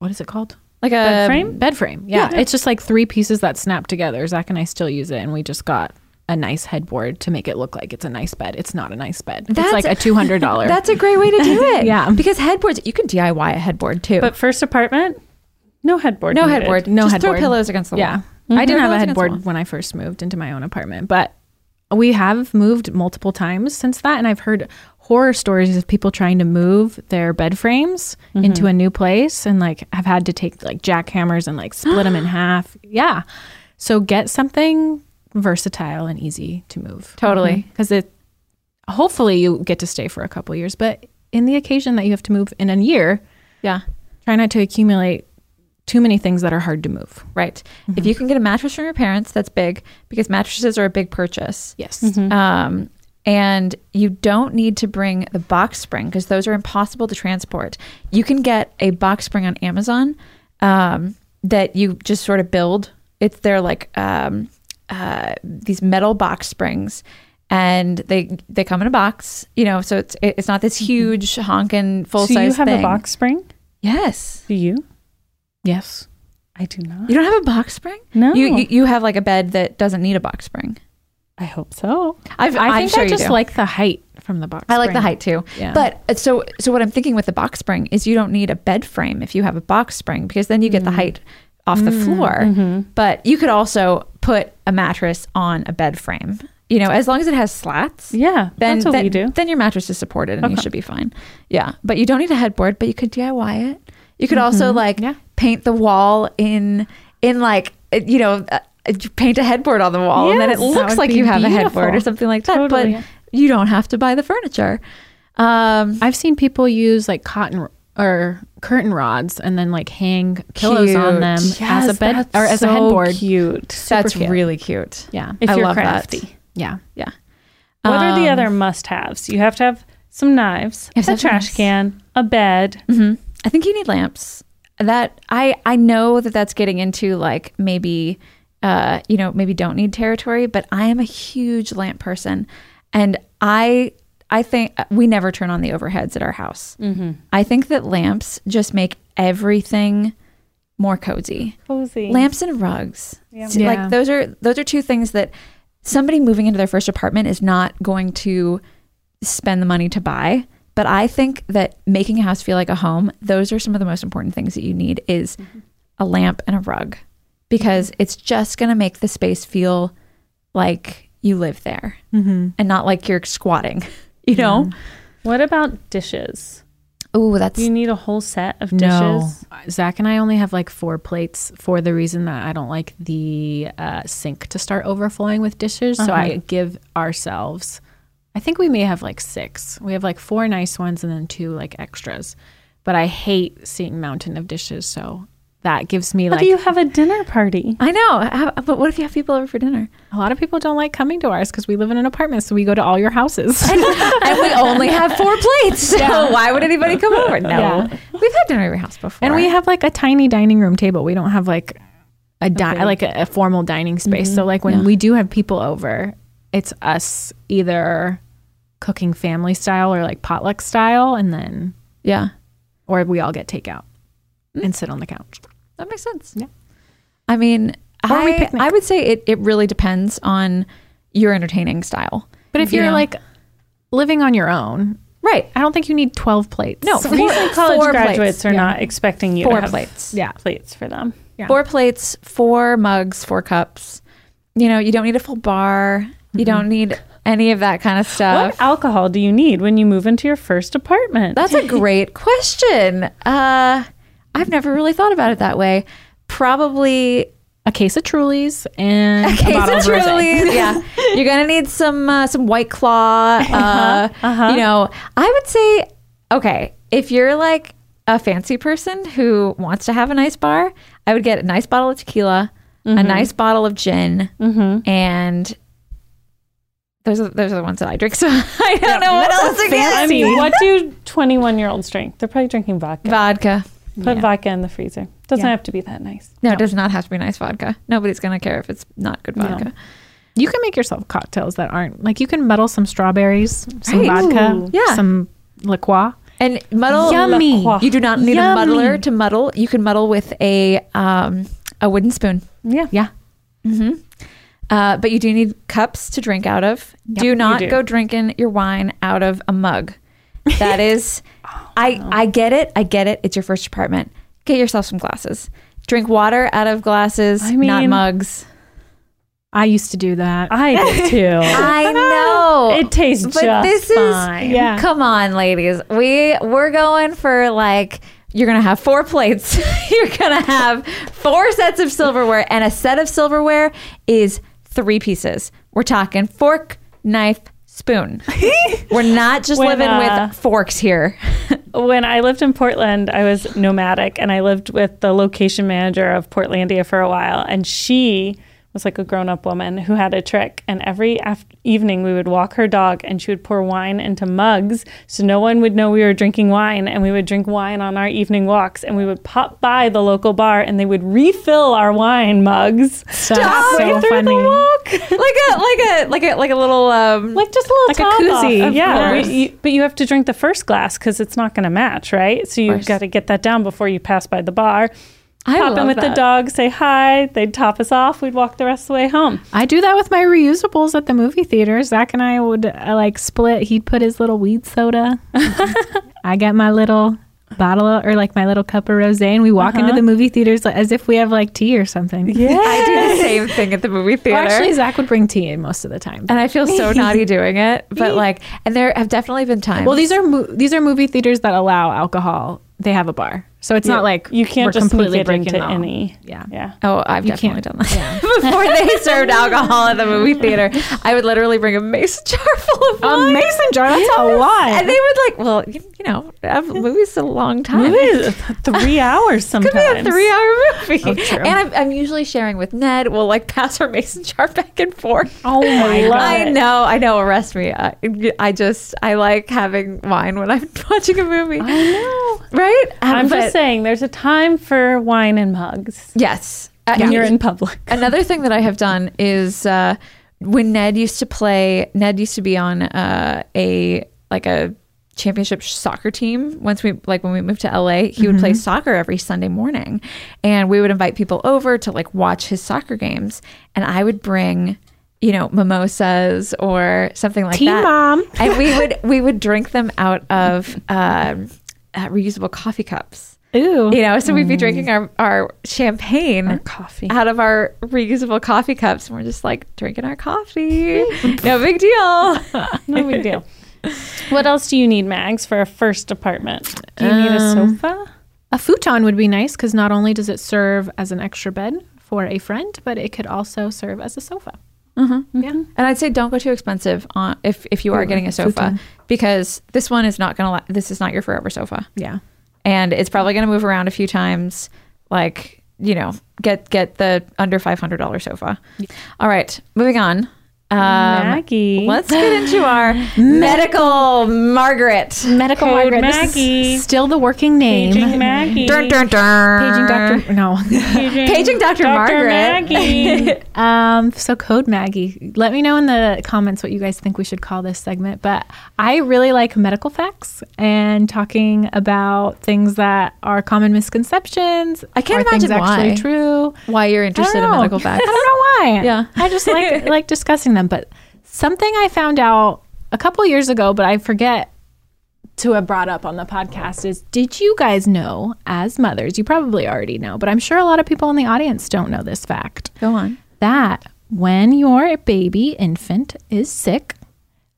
what is it called? like a Bed frame? Bed frame. Yeah. It's just like three pieces that snap together. Zach and I still use it and we just got a nice headboard to make it look like it's a nice bed. It's not a nice bed. That's- it's like a two hundred dollar That's a great way to do it. Yeah. because headboards you can DIY a headboard too. But first apartment, no headboard. no needed. headboard. No Just Throw headboard. pillows against the Yeah. wall. I didn't have a Pillows against the wall. headboard when I first moved into my own apartment, but we have moved multiple times since that. And I've heard horror stories of people trying to move their bed frames into a new place and like have had to take like jackhammers and like split them in half. Yeah. So get something versatile and easy to move. Totally. Because it, hopefully, you get to stay for a couple years, but in the occasion that you have to move in a year, Yeah. try not to accumulate too many things that are hard to move. Right. If you can get a mattress from your parents, that's big because mattresses are a big purchase. Yes. Um, and you don't need to bring the box spring because those are impossible to transport. You can get a box spring on Amazon um, that you just sort of build. It's they're like um, uh, these metal box springs, and they they come in a box. You know, so it's it's not this huge honking full Do size. you have thing. a box spring? Yes. Do you? Yes. I do not. You don't have a box spring? No. You, you you have like a bed that doesn't need a box spring. I hope so. I've, I I'm think sure I you just do. like the height from the box. I like the spring. height too. Yeah. But uh, so so what I'm thinking with the box spring is you don't need a bed frame if you have a box spring because then you Mm. get the height off the floor. mm-hmm. But you could also put a mattress on a bed frame. You know, as long as it has slats. Yeah, Then, that's what then, we do. then your mattress is supported and you should be fine. Yeah. But you don't need a headboard, but you could DIY it. You could also Mm-hmm. like Yeah. paint the wall in in like uh, you know uh, uh, paint a headboard on the wall and then it Yes. That looks would like be you have a beautiful. headboard or something like that. Totally. But you don't have to buy the furniture. Um, I've seen people use like cotton or curtain rods and then like hang pillows Cute. on them as a bed or as a headboard. Cute. that's cute. really cute. Yeah. If I you're love that. crafty. Yeah. Yeah. What are the other must-haves? You have to have some knives, have a some trash knives. can, a bed. Mm-hmm. I think you need lamps. That I I know that that's getting into like maybe uh you know maybe don't need territory, but I am a huge lamp person, and I I I think uh, we never turn on the overheads at our house. I think that lamps just make everything more cozy. Cozy. Lamps and rugs. S- Yeah. Like those are those are two things that somebody moving into their first apartment is not going to spend the money to buy. But I think that making a house feel like a home, those are some of the most important things that you need is a lamp and a rug because it's just going to make the space feel like you live there and not like you're squatting, you know? What about dishes? Oh, that's Do you need a whole set of dishes? No, Zach and I only have like four plates for the reason that I don't like the uh, sink to start overflowing with dishes. So Uh-huh. I give ourselves, I think we may have like six. We have like four nice ones and then two like extras. But I hate seeing a mountain of dishes. So that gives me How like do you have a dinner party? I know. How- But what if you have people over for dinner? a lot of people don't like coming to ours because we live in an apartment. So we go to all your houses. and we only have four plates. So why would anybody come over? No. We've had dinner at your house before. And we have like a tiny dining room table. We don't have like a di- like a, a formal dining space. Mm-hmm. So like when we do have people over, it's us either cooking family style or like potluck style, and then Yeah. or we all get takeout Mm. and sit on the couch. That makes sense. Yeah. I mean, Or we I, picnic. I would say it, it really depends on your entertaining style. But if you're Yeah. like living on your own, Right. I don't think you need twelve plates. No. So recent college four plates. graduates are not expecting you Four to have plates. Yeah. plates for them. Yeah. Four plates, four mugs, four cups. You know, you don't need a full bar. You don't need any of that kind of stuff. What alcohol do you need when you move into your first apartment? That's a great question. Uh, I've never really thought about it that way. Probably a case of Trulies and a, case bottle of of rosé. Trulies. yeah, you're gonna need some uh, some White Claw. Uh, You know, I would say okay if you're like a fancy person who wants to have a nice bar, I would get a nice bottle of tequila, a nice bottle of gin, Mm-hmm. and. Those are, those are the ones that I drink, so I don't know what else to get. I mean, what do 21 year olds drink? They're probably drinking vodka. Vodka. Put vodka in the freezer. Doesn't have to be that nice. No, it does not have to be nice vodka. Nobody's going to care if it's not good vodka. You can make yourself cocktails that aren't like you can muddle some strawberries, some Right. vodka, Yeah. some liqueur. And muddle. Yummy. La croix. You do not need Yummy. a muddler to muddle. You can muddle with a um, a wooden spoon. Yeah. Yeah. Uh, but you do need cups to drink out of. do not do. go drinking your wine out of a mug. That is, Oh, I I get it. I get it. It's your first apartment. Get yourself some glasses. Drink water out of glasses, I not mean- mugs. I used to do that. I do too. I know it tastes but just this fine. is come on ladies we we're going for like you're gonna have four plates you're gonna have four sets of silverware and a set of silverware is three pieces we're talking fork knife spoon we're not just When, living uh, with forks here When I lived in Portland, I was nomadic and I lived with the location manager of Portlandia for a while. And she was like a grown up woman who had a trick. And every af- evening we would walk her dog and she would pour wine into mugs so no one would know we were drinking wine. And we would drink wine on our evening walks and we would pop by the local bar and they would refill our wine mugs. Oh, That's so funny. like a like a like a like a little um Like just a little Like a top koozie, off. of Yeah, course. we- you- but you have to drink the first glass because it's not going to match, right? So you've got to get that down before you pass by the bar. I Pop love in with the that. dog, say hi. They'd top us off. We'd walk the rest of the way home. I do that with my reusables at the movie theater. Zach and I would uh, like split. He'd put his little weed soda. I got my little bottle of- or like my little cup of rosé, and we walk into Uh-huh. the movie theaters like, as if we have like tea or something. Yeah. i do the same thing at the movie theater actually, Zach would bring tea in most of the time. and i feel so naughty doing it but like and there have definitely been times Well, these are mo- these are movie theaters that allow alcohol. They have a bar, so it's not like You can't we're just completely sneak it breaking into the law. any. Yeah. Yeah. Oh, I've definitely done can't- that. Before they served alcohol at the movie theater, I would literally bring a mason jar full of A wine. mason jar. That's a lot. And they would like, well, you, you know, a movie's a long time. It is three hours Could sometimes. be a Oh, three-hour movie, true. and I'm, I'm usually sharing with Ned. We'll like pass our mason jar back and forth. oh my god. I know, I know. Arrest me. I, I just, I like having wine when I'm watching a movie. I know, right? Um, I'm but- just saying, there's a time for wine and mugs Yes, Uh, when you're in public. Another thing that I have done is uh, when Ned used to play. Ned used to be on uh, a like like a championship soccer team once we like when we moved to LA he would play soccer every Sunday morning and we would invite people over to like watch his soccer games and I would bring you know mimosas or something like that mom. and we would we would drink them out of um, uh, reusable coffee cups Ooh. you know so we'd be drinking our, our champagne coffee. out of our reusable coffee cups and we're just like drinking our coffee no big deal No big deal. What else do you need, Mags, for a first apartment? Do you need a sofa? A futon would be nice because not only does it serve as an extra bed for a friend, but it could also serve as a sofa. Mm-hmm. And I'd say don't go too expensive on if if you are getting a sofa because this one is not gonna la- this is not your forever sofa Yeah. and it's probably gonna move around a few times. Like you know, get get the under five hundred dollar sofa. All right, moving on. Um, Maggie. let's get into our medical Margaret. Medical Code Margaret. This is Maggie. Still the working name. Paging Maggie. Dun, dun, dun. Paging Dr. No. Paging, Paging Dr. Margaret. Maggie. um, so, Code Maggie. Let me know in the comments what you guys think we should call this segment. But I really like medical facts and talking about things that are common misconceptions. I can't are things imagine actually why. true. Why you're interested in know. medical facts? I don't know why. Yeah. I just like like discussing them. But something I found out a couple years ago, but I forget to have brought up on the podcast is did you guys know as mothers, you probably already know, but I'm sure a lot of people in the audience don't know this fact Go on. that when your baby infant is sick,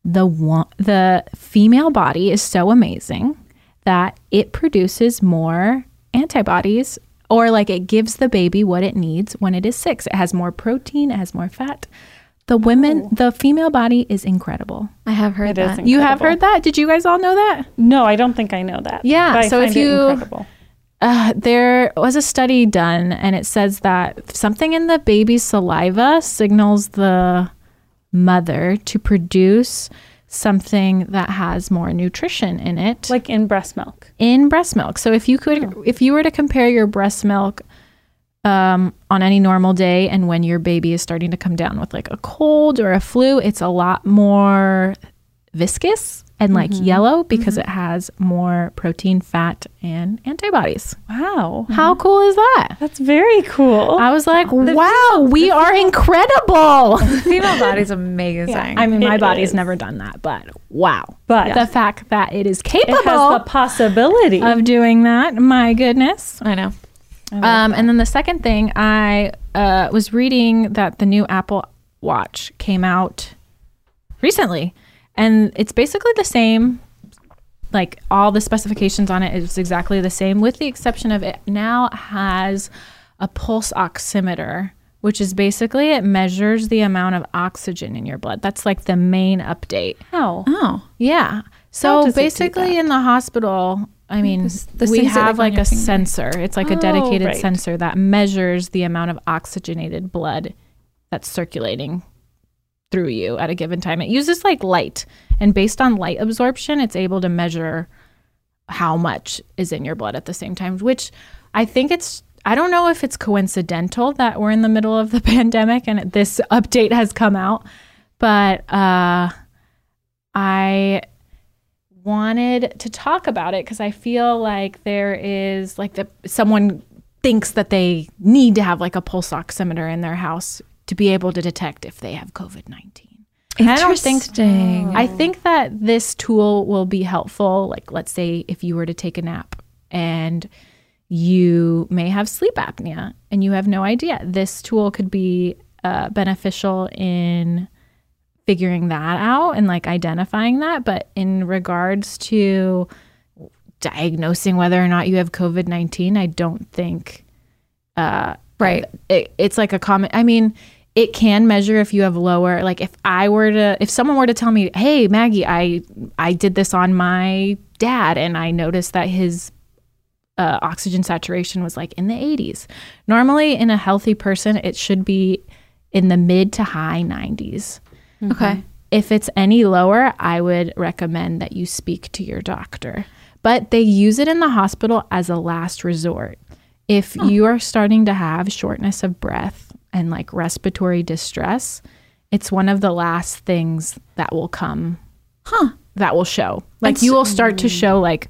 the wa- the female body is so amazing that it produces more antibodies or like it gives the baby what it needs when it is sick. It has more protein, it has more fat. The women, the female body is incredible. I have heard It is that. You have incredible. heard that? Did you guys all know that? No, I don't think I know that. Yeah, But I so if find it you- incredible. Uh, there was a study done, and it says that something in the baby's saliva signals the mother to produce something that has more nutrition in it, like in breast milk. in breast milk. So if you could, if you were to compare your breast milk um, on any normal day and when your baby is starting to come down with like a cold or a flu, it's a lot more viscous and like yellow because it has more protein, fat, and antibodies. Wow. How cool is that? That's very cool. I was like, wow, we are incredible. Female body's amazing. I mean, my It body's is. never done that, but wow. But- the fact that it is it has the capable possibility. of doing that, my goodness. I know. Um, and then the second thing, I uh, was reading that the new Apple Watch came out recently, and it's basically the same. Like all the specifications on it is exactly the same, with the exception of it now has a pulse oximeter, which is basically it measures the amount of oxygen in your blood. That's like the main update. How? Oh, How Yeah. So does it do basically, in the hospital, I mean, the sensor, we like, have on like your a finger. sensor. It's like a Oh, dedicated right. sensor that measures the amount of oxygenated blood that's circulating through you at a given time. It uses like light, and based on light absorption, it's able to measure how much is in your blood at the same time, which I think it's. I don't know if it's coincidental that we're in the middle of the pandemic and this update has come out, but uh, I wanted to talk about it because I feel like there is like the someone thinks that they need to have like a pulse oximeter in their house to be able to detect if they have COVID nineteen. And I don't think Interesting. I think that this tool will be helpful. Like let's say if you were to take a nap and you may have sleep apnea and you have no idea. This tool could be uh, beneficial in figuring that out and like identifying that. But in regards to diagnosing whether or not you have COVID 19, I don't think uh, right. it, it's like a common, I mean, it can measure if you have lower like if I were to if someone were to tell me, "Hey Maggie, I I did this on my dad and I noticed that his uh, oxygen saturation was like in the 80s." Normally in a healthy person, it should be in the mid to high 90s. Okay. If it's any lower, I would recommend that you speak to your doctor. But they use it in the hospital as a last resort. If you are starting to have shortness of breath and like respiratory distress, it's one of the last things that will come Huh. that will show. Like you will start to show like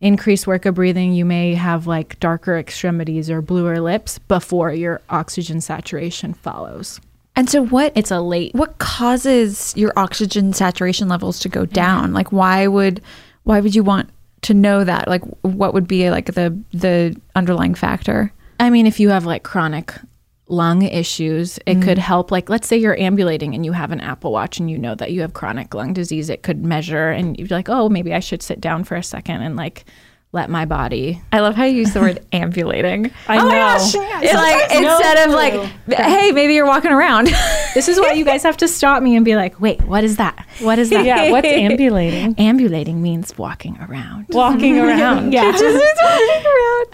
increased work of breathing. You may have like darker extremities or bluer lips before your oxygen saturation follows. And so what It's a late what causes your oxygen saturation levels to go down? Like why would why would you want to know that? Like what would be like the the underlying factor? I mean, if you have like chronic lung issues, it could help. Like, let's say you're ambulating and you have an Apple Watch and you know that you have chronic lung disease, it could measure and you'd be like, oh, maybe I should sit down for a second and like let my body. I love how you use the word ambulating. I Oh know. It's like instead of like, hey, maybe you're walking around. This is why you guys have to stop me and be like, wait, what is that? What is that? Yeah, what's ambulating? Ambulating means walking around. Walking around. Yeah.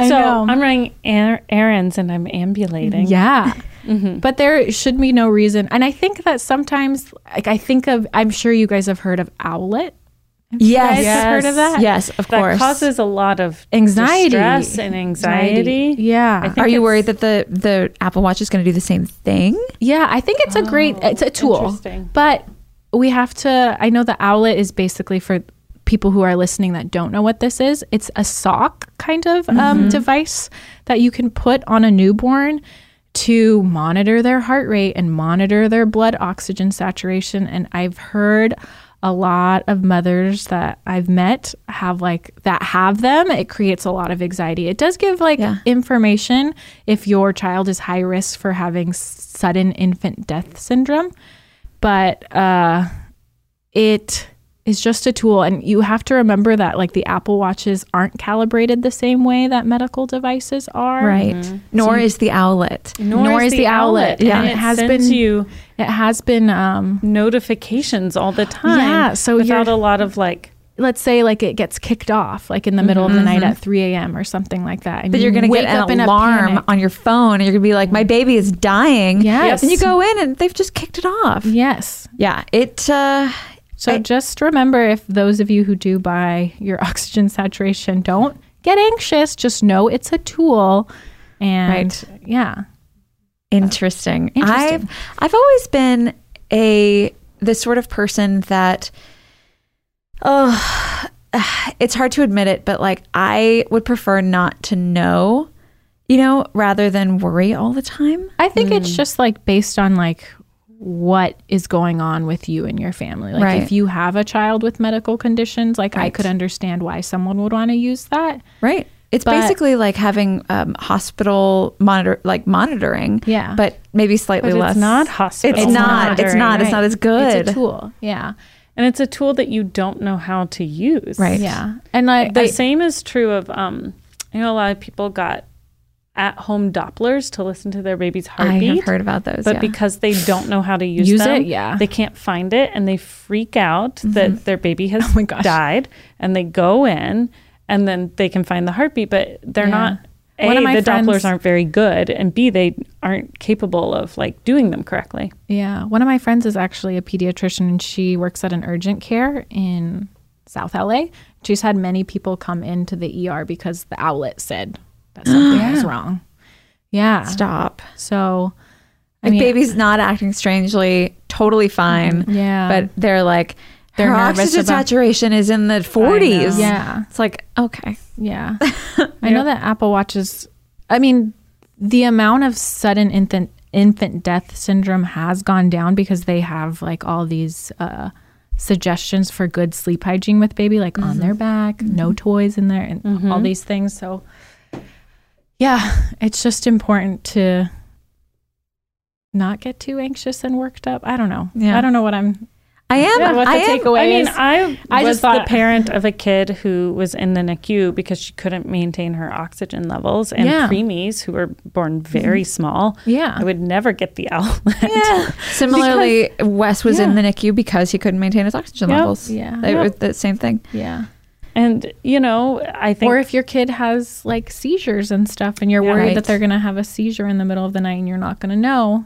So know. I'm running er- errands and I'm ambulating. Yeah. Mm-hmm. But there should be no reason. And I think that sometimes, like, I think of, I'm sure you guys have heard of owlet. yes. guys have heard of that? Yes, of that course. causes a lot of Anxiety. distress and anxiety. Yeah. I think Are you it's- worried that the the Apple Watch is going to do the same thing? Yeah, I think it's a great it's a tool. Oh, interesting. But we have to I know the owlet is basically for people who are listening that don't know what this is. It's a sock kind of um, device that you can put on a newborn to monitor their heart rate and monitor their blood oxygen saturation and I've heard a lot of mothers that I've met have like that have them. It creates a lot of anxiety. It does give like information if your child is high risk for having s- sudden infant death syndrome, but uh, it is just a tool. And you have to remember that like the Apple Watches aren't calibrated the same way that medical devices are. Right. Nor is the owlet. Mm-hmm. Nor, is the, outlet. Yeah, And it, has sends been. you It has been. Um, notifications all the time. Yeah, so you're- without a lot of like let's say like it gets kicked off like in the middle of the night at 3 a.m or something like that Mm-hmm. and But you you're going to wake get an up in a alarm panic. Mm-hmm. on your phone, and you're going to be like, "My baby is dying." Yes. And you go in, and they've just kicked it off. yes Yeah. It. Uh, so just remember if those of you who do buy your oxygen saturation don't get anxious just know it's a tool and yeah Interesting. Interesting. I've I've always been a the sort of person that oh it's hard to admit it, but like I would prefer not to know, you know, rather than worry all the time. i think Mm. it's just like based on like what is going on with you and your family like Right. if you have a child with medical conditions like i Right. could understand why someone would want to use that Right. It's But- basically like having um, hospital monitor like monitoring. Yeah. But maybe slightly But it's less. not hospital It's not. It's monitoring, not. It's right. not as good. it's a tool yeah and it's a tool that you don't know how to use. Right. Yeah. And like The I, same is true of um you know a lot of people got at home Dopplers to listen to their baby's I heartbeat. have heard about those. but yeah. because they don't know how to use, Use them, it? Yeah. Mm-hmm. they can't find it and they freak out that their baby has Oh died and they go in and then they can find the heartbeat, but they're not. A, One of my the Dopplers friends- aren't very good, and B, they aren't capable of like doing them correctly. yeah, one of my friends is actually a pediatrician and she works at an urgent care in South LA. She's had many people come into the ER because the outlet said that something was wrong. Yeah. stop. So I Like mean, baby's not acting strangely, totally fine. Yeah. But Mm-hmm. they're like their They're her nervous oxygen about- saturation is in the forties. yeah. It's like, okay. Yeah. I know that Apple Watches, I mean, the amount of sudden infant infant death syndrome has gone down because they have like all these uh, suggestions for good sleep hygiene with baby, like on their back, no toys in there, and all these things. So, yeah, it's just important to not get too anxious and worked up. I don't know. Yeah. I don't know what I'm. I am what the I am takeaway I mean, is. I, I was just thought- the parent of a kid who was in the NICU because she couldn't maintain her oxygen levels, and Yeah. Mm-hmm. preemies who were born very small. Yeah. I would never get the outlet. similarly Wes was in the Yeah. NICU because he couldn't maintain his oxygen Yep. levels. Yeah. They were Yep. the same thing. Yeah. And you know, I think Or if your kid has like seizures and stuff and you're Yeah. worried Right. that they're going to have a seizure in the middle of the night and you're not going to know,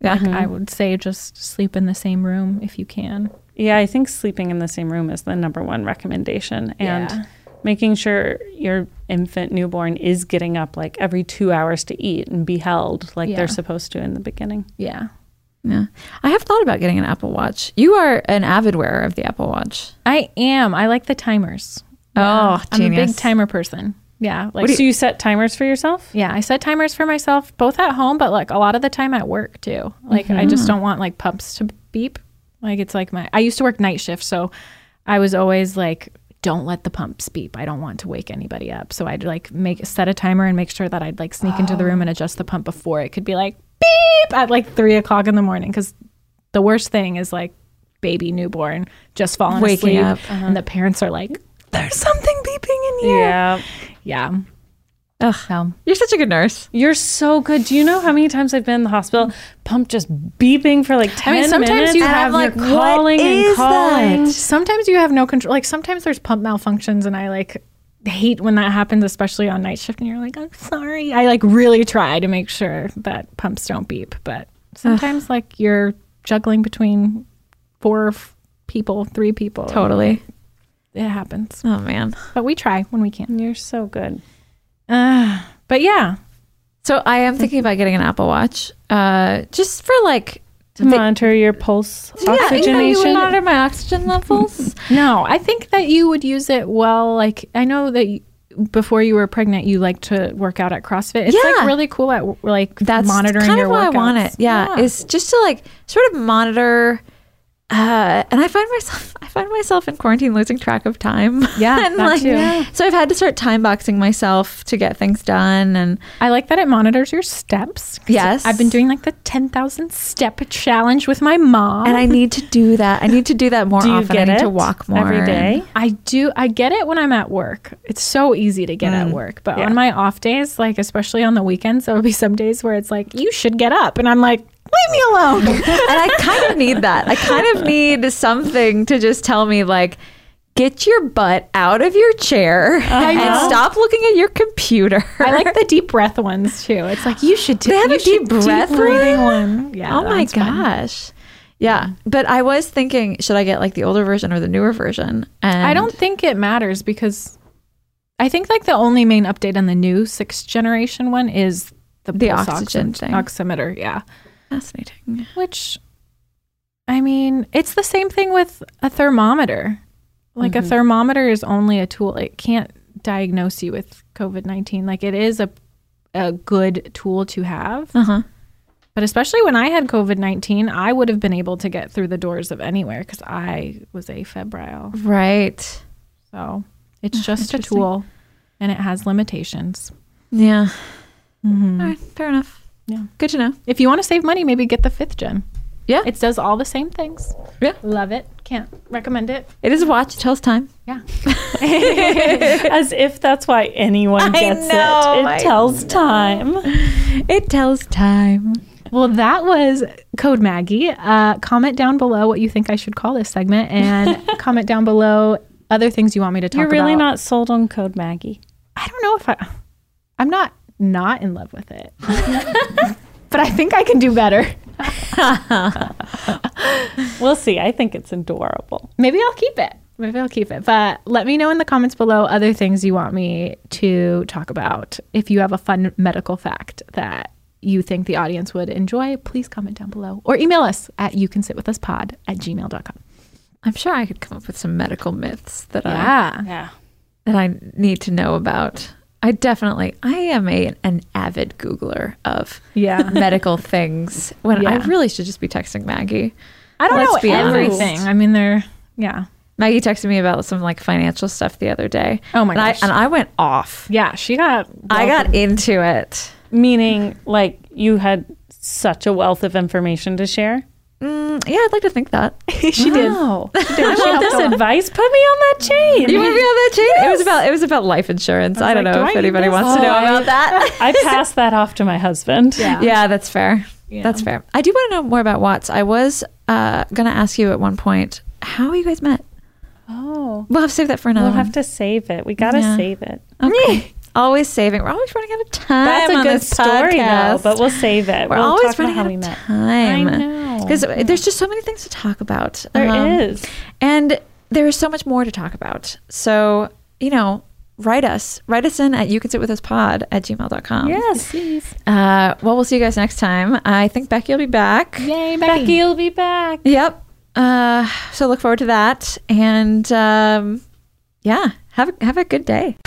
Yeah. I would say just sleep in the same room if you can. Yeah, I think sleeping in the same room is the number one recommendation. And Yeah. making sure your infant newborn is getting up like every two hours to eat and be held like Yeah. they're supposed to in the beginning. Yeah. Yeah. I have thought about getting an Apple Watch. You are an avid wearer of the Apple Watch. I am. I like the timers. Oh, I'm a big genius. timer person. Yeah, like so you set timers for yourself? yeah, I set timers for myself both at home, but like a lot of the time at work too. Like I Mm-hmm. just don't want like pumps to beep. Like it's like my I used to work night shift, so I was always like don't let the pumps beep. I don't want to wake anybody up. So I'd like make set a timer and make sure that I'd like sneak into the Oh. room and adjust the pump before it could be like beep at like three o'clock in the morning. Cause the worst thing is like baby newborn just falling Waking asleep up. uh-huh. and the parents are like, There's something beeping in here. Yeah. Yeah. So You're such a good nurse. You're so good. Do you know how many times I've been in the hospital, pump just beeping for like 10 mean, sometimes minutes? you and have, you're like, what calling and is calling. sometimes you have no control. Like sometimes there's pump malfunctions, and I like hate when that happens, especially on night shift. And you're like, I'm sorry. I like really try to make sure that pumps don't beep, but sometimes like you're juggling between four f- people, three people. and Totally. it happens. Oh, man. But we try when we can. You're so good. Uh, but yeah, So I am thinking about getting an Apple Watch uh, just for like To monitor your pulse Yeah, oxygenation. you monitor my oxygen levels. no, I think that you would use it well. Like I know that. You, before you were pregnant, you liked to work out at CrossFit. It's Yeah. like really cool at w- like That's monitoring kind your of why workouts. I want it. Yeah, is just to like sort of monitor. Uh, and I find myself, I find myself in quarantine losing track of time. Yeah, and that too. Yeah. so I've had to start time boxing myself to get things done. And I like that it monitors your steps. 'cause Yes. I've been doing like the 10,000 step challenge with my mom. and I need to do that. I need to do that more Do you often. get I need it to walk more every and- day? I do, I get it when I'm at work. It's so easy to get Mm. at work. But on my off days, like especially on the weekends, there will be some days where it's like, you should get up. And I'm like, leave me alone. and I kind of need that. I kind of need something to just tell me like get your butt out of your chair and stop looking at your computer. I like the deep breath ones too. It's like, you should do They have you a deep should breath breathing one? one. Yeah. oh that my one's fun. gosh. Yeah, but I was thinking, should I get like the older version or the newer version? And I don't think it matters because I think like the only main update on the new sixth generation one is the, The pulse oxygen oxi- thing. oximeter, yeah. fascinating. Which, I mean, it's the same thing with a thermometer. Like Mm-hmm. a thermometer is only a tool; it can't diagnose you with COVID nineteen. Like it is a a good tool to have, Uh huh. but especially when I had COVID nineteen, I would have been able to get through the doors of anywhere because I was afebrile. Right. So it's just Oh, a interesting. tool, and it has limitations. Yeah. All right. Fair enough. Yeah. Good to know. If you want to save money, maybe get the fifth gen. Yeah. It does all the same things. Yeah. Love it. Can't recommend it. It is a watch. It tells time. Yeah. As if that's why anyone I gets know, it. It I tells time. It tells time. Well, that was Code Maggie. Uh, comment down below what you think I should call this segment and comment down below other things you want me to talk You're about. really not sold on Code Maggie. I don't know if I. I'm not not in love with it. but I think I can do better. We'll see. I think it's adorable. Maybe I'll keep it. Maybe I'll keep it. But let me know in the comments below other things you want me to talk about. If you have a fun medical fact that you think the audience would enjoy, please comment down below or email us at you can sit with us pod at gmail.com. I'm sure I could come up with some medical myths that I Yeah. Yeah. that I need to know about. I definitely, I am a, an avid Googler of Yeah. medical things. When Yeah. I really should just be texting Maggie. I don't Let's know be honest. everything. I mean, they're, yeah. Maggie texted me about some like financial stuff the other day. Oh my and gosh. I, and I went off. Yeah, she got, I got into it. Meaning, like, you had such a wealth of information to share. Mm, Yeah, I'd like to think that she did. I want this advice. Put me on that chain. you want me on that chain. It was about it was about life insurance. I, don't like, know do I if need anybody this? wants to Oh, know I- about that. I passed that off to my husband. Yeah. yeah, that's fair. That's fair. I do want to know more about Watts. I was uh, gonna ask you at one point how you guys met. Oh. We'll have to save that for another. We'll one. have to save it. We got to Yeah. save it. Okay. always saving. We're always running out of time. That's a on good this story, though, podcast. but we'll save it. we're we'll always talk running about how out we of met. time. I know. Because there's just so many things to talk about. Uh-huh. There Um, is. And there is so much more to talk about. So, you know, write us. Write us in at you can sit with us pod at gmail.com. Yes, please. Uh, well, we'll see you guys next time. I think Becky will be back. Yay, Becky, you'll be back. Yep. Uh, so look forward to that. And um, yeah, have a, have a good day.